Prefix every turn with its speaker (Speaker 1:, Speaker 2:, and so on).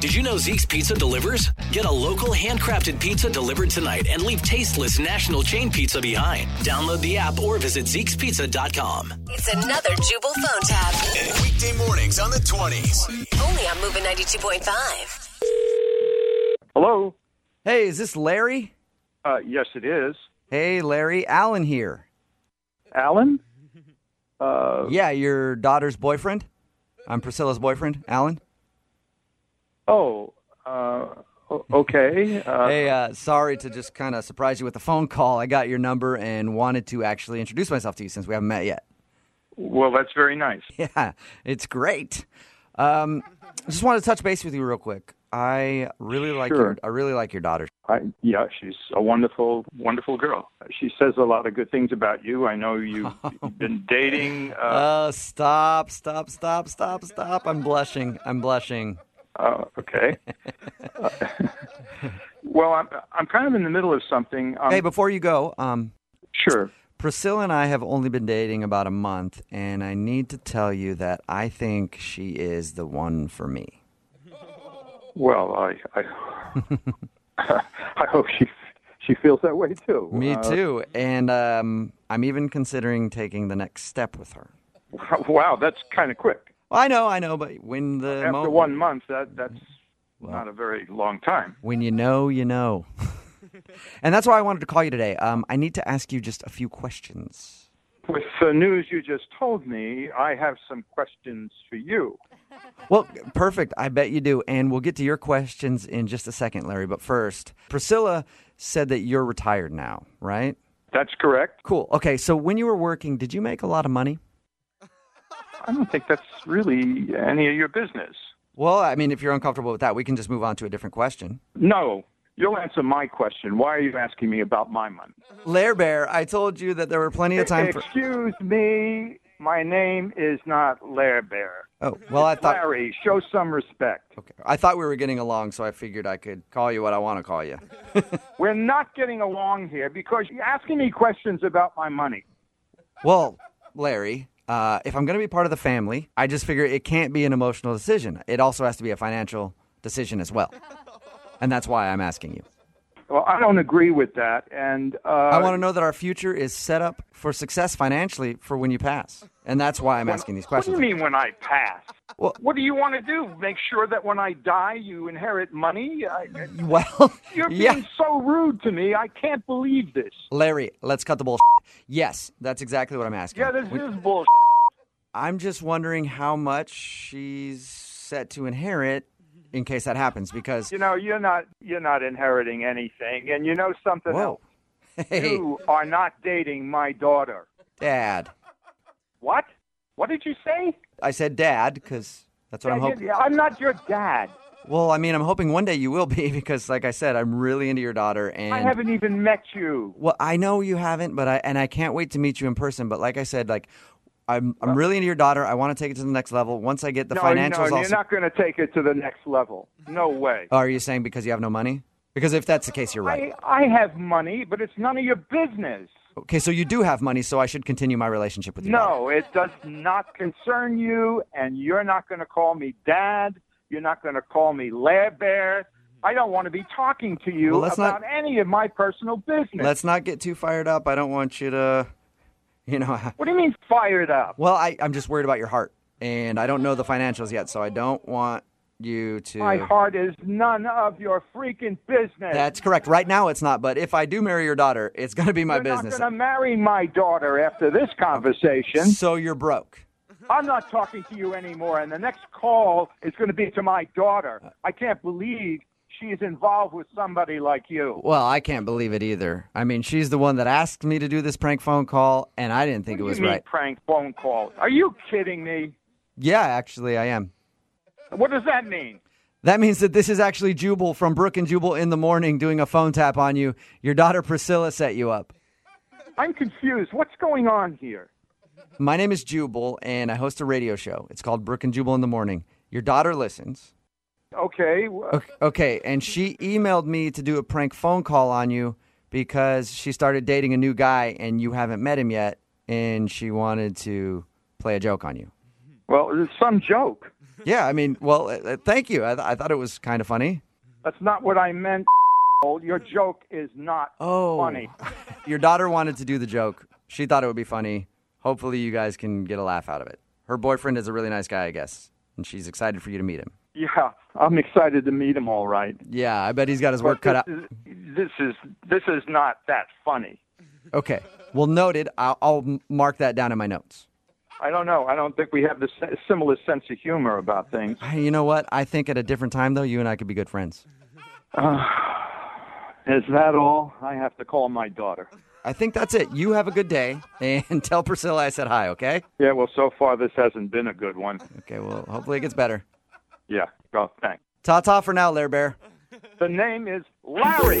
Speaker 1: Did you know Zeke's Pizza delivers? Get a local handcrafted pizza delivered tonight and leave tasteless national chain pizza behind. Download the app or visit Zeke'sPizza.com.
Speaker 2: It's another Jubal phone tab.
Speaker 3: Weekday mornings on the 20s.
Speaker 2: Only on Moving 92.5.
Speaker 4: Hello.
Speaker 5: Hey, is this Larry?
Speaker 4: Uh, yes, it is.
Speaker 5: Hey, Larry, Alan here.
Speaker 4: Alan? Uh,
Speaker 5: Yeah, your daughter's boyfriend. I'm Priscilla's boyfriend, Alan.
Speaker 4: oh, uh, o- okay. Uh,
Speaker 5: Mm-hmm. Hey, uh, sorry to just kind of surprise you with a phone call. I got your number and wanted to actually introduce myself to you since we haven't met yet.
Speaker 4: Well, that's very nice.
Speaker 5: Yeah, it's great. Um, I just wanted to touch base with you real quick. I really like your
Speaker 4: Sure.
Speaker 5: I really like your daughter.
Speaker 4: I, yeah, she's a wonderful, wonderful girl. She says a lot of good things about you. I know you've been dating. Uh,
Speaker 5: Oh, stop, stop, stop, stop, stop. I'm blushing. I'm blushing.
Speaker 4: uh, okay. Uh, well, I'm, I'm kind of in the middle of something. Um,
Speaker 5: Hey, before you go, um,
Speaker 4: sure.
Speaker 5: Priscilla and I have only been dating about a month, and I need to tell you that I think she is the one for me.
Speaker 4: Well, I, I, I hope she, she feels that way too.
Speaker 5: Me
Speaker 4: Uh,
Speaker 5: too. And um, I'm even considering taking the next step with her.
Speaker 4: wow, that's kind of quick.
Speaker 5: Well, I know, I know, but when the
Speaker 4: after
Speaker 5: moment,
Speaker 4: one month, that that's not a very long time.
Speaker 5: when you know, you know. and that's why I wanted to call you today. Um, I need to ask you just a few questions.
Speaker 4: With the news you just told me, I have some questions for you.
Speaker 5: Well, perfect. I bet you do. And we'll get to your questions in just a second, Larry. But first, Priscilla said that you're retired now, right?
Speaker 4: That's correct.
Speaker 5: Cool. Okay, so when you were working, did you make a lot of money?
Speaker 4: I don't think that's really any of your business.
Speaker 5: Well, I mean, if you're uncomfortable with that, we can just move on to a different question.
Speaker 4: No, you'll answer my question. Why are you asking me about my money?
Speaker 5: Lair Bear, I told you that there were plenty of time for.
Speaker 4: Excuse me. My name is not Lair Bear.
Speaker 5: Oh, well, I thought
Speaker 4: Larry, show some respect.
Speaker 5: okay. I thought we were getting along, so I figured I could call you what I want to call you.
Speaker 4: We're not getting along here because you're asking me questions about my money.
Speaker 5: Well, Larry, uh, if I'm going to be part of the family, I just figure it can't be an emotional decision. It also has to be a financial decision as well, and that's why I'm asking you.
Speaker 4: Well, I don't agree with that, and uh,
Speaker 5: I want to know that our future is set up for success financially for when you pass, and that's why I'm asking these questions.
Speaker 4: What do you mean when I pass?
Speaker 5: Well-
Speaker 4: what do you want to do? Make sure that when I die, you inherit money? I, I-
Speaker 5: Well,
Speaker 4: you're being
Speaker 5: yeah.
Speaker 4: so rude to me. I can't believe this.
Speaker 5: Larry, let's cut the bullshit. Yes, that's exactly what I'm asking.
Speaker 4: Yeah, this
Speaker 5: We-
Speaker 4: is bullshit.
Speaker 5: I'm just wondering how much she's set to inherit in case that happens because
Speaker 4: You know, you're not you're not inheriting anything, and you know something
Speaker 5: whoa.
Speaker 4: else.
Speaker 5: Hey,
Speaker 4: You are not dating my daughter.
Speaker 5: dad.
Speaker 4: What? What did you say?
Speaker 5: I said dad cuz that's what I'm
Speaker 4: Yeah,
Speaker 5: hoping.
Speaker 4: yeah, I'm not your dad.
Speaker 5: Well, I mean, I'm hoping one day you will be because like I said, I'm really into your daughter and
Speaker 4: I haven't even met you.
Speaker 5: Well, I know you haven't, but I and I can't wait to meet you in person, but like I said, like I'm I'm really into your daughter. I want to take it to the next level. Once I get the
Speaker 4: Uh, no,
Speaker 5: financials
Speaker 4: no,
Speaker 5: all
Speaker 4: you're
Speaker 5: se-
Speaker 4: not going to take it to the next level. No way.
Speaker 5: Oh, Are you saying because you have no money? Because if that's the case, you're right.
Speaker 4: I, I have money, but it's none of your business.
Speaker 5: Okay, so you do have money, so I should continue my relationship with you.
Speaker 4: No, it does not concern you, and you're not going to call me dad. You're not going to call me Lair Bear. I don't want to be talking to you
Speaker 5: Well, let's
Speaker 4: about
Speaker 5: not-
Speaker 4: any of my personal business.
Speaker 5: Let's not get too fired up. I don't want you to, you know.
Speaker 4: What do you mean fired up?
Speaker 5: Well, I, I'm just worried about your heart, and I don't know the financials yet, so I don't want you to.
Speaker 4: My heart is none of your freaking business.
Speaker 5: That's correct. Right now, it's not. But if I do marry your daughter, it's going to be my
Speaker 4: you're
Speaker 5: business.
Speaker 4: not going to marry my daughter after this conversation.
Speaker 5: So you're broke.
Speaker 4: I'm not talking to you anymore, and the next call is going to be to my
Speaker 5: Uh,
Speaker 4: daughter. I can't believe she is involved with somebody like you.
Speaker 5: Well, I can't believe it either. I mean, she's the one that asked me to do this prank phone call, and I didn't think it was
Speaker 4: you mean
Speaker 5: right.
Speaker 4: prank phone call? Are you kidding me?
Speaker 5: Yeah, actually, I am.
Speaker 4: What does that mean?
Speaker 5: That means that this is actually Jubal from Brook and Jubal in the morning doing a phone tap on you. Your daughter Priscilla set you up.
Speaker 4: I'm confused. What's going on here?
Speaker 5: My name is Jubal, and I host a radio show. It's called Brook and Jubal in the Morning. Your daughter listens.
Speaker 4: Okay. w-
Speaker 5: Okay, okay, and she emailed me to do a prank phone call on you because she started dating a new guy and you haven't met him yet, and she wanted to play a joke on you.
Speaker 4: Well, it's some joke.
Speaker 5: Yeah, I mean, well, uh, uh, thank you. I, th- I thought it was kind of funny.
Speaker 4: That's not what I meant. Your joke is not
Speaker 5: Oh,
Speaker 4: funny.
Speaker 5: Your daughter wanted to do the joke. She thought it would be funny. Hopefully, you guys can get a laugh out of it. Her boyfriend is a really nice guy, I guess, and she's excited for you to meet him.
Speaker 4: Yeah, I'm excited to meet him. All right.
Speaker 5: Yeah, I bet he's got his work cut out.
Speaker 4: This is, this is this is not that funny.
Speaker 5: Okay. Well, noted. I'll, I'll m- mark that down in my notes.
Speaker 4: I don't know. I don't think we have the s- similar sense of humor about things.
Speaker 5: Hey, You know what? I think at a different time, though, you and I could be good friends.
Speaker 4: Is that all? I have to call my daughter.
Speaker 5: I think that's it. You have a good day and tell Priscilla I said hi, okay?
Speaker 4: Yeah. Well, so far this hasn't been a good one.
Speaker 5: Okay, well, hopefully it gets better.
Speaker 4: Yeah. Well, thanks.
Speaker 5: Ta ta for now, Lair Bear.
Speaker 4: The name is Larry.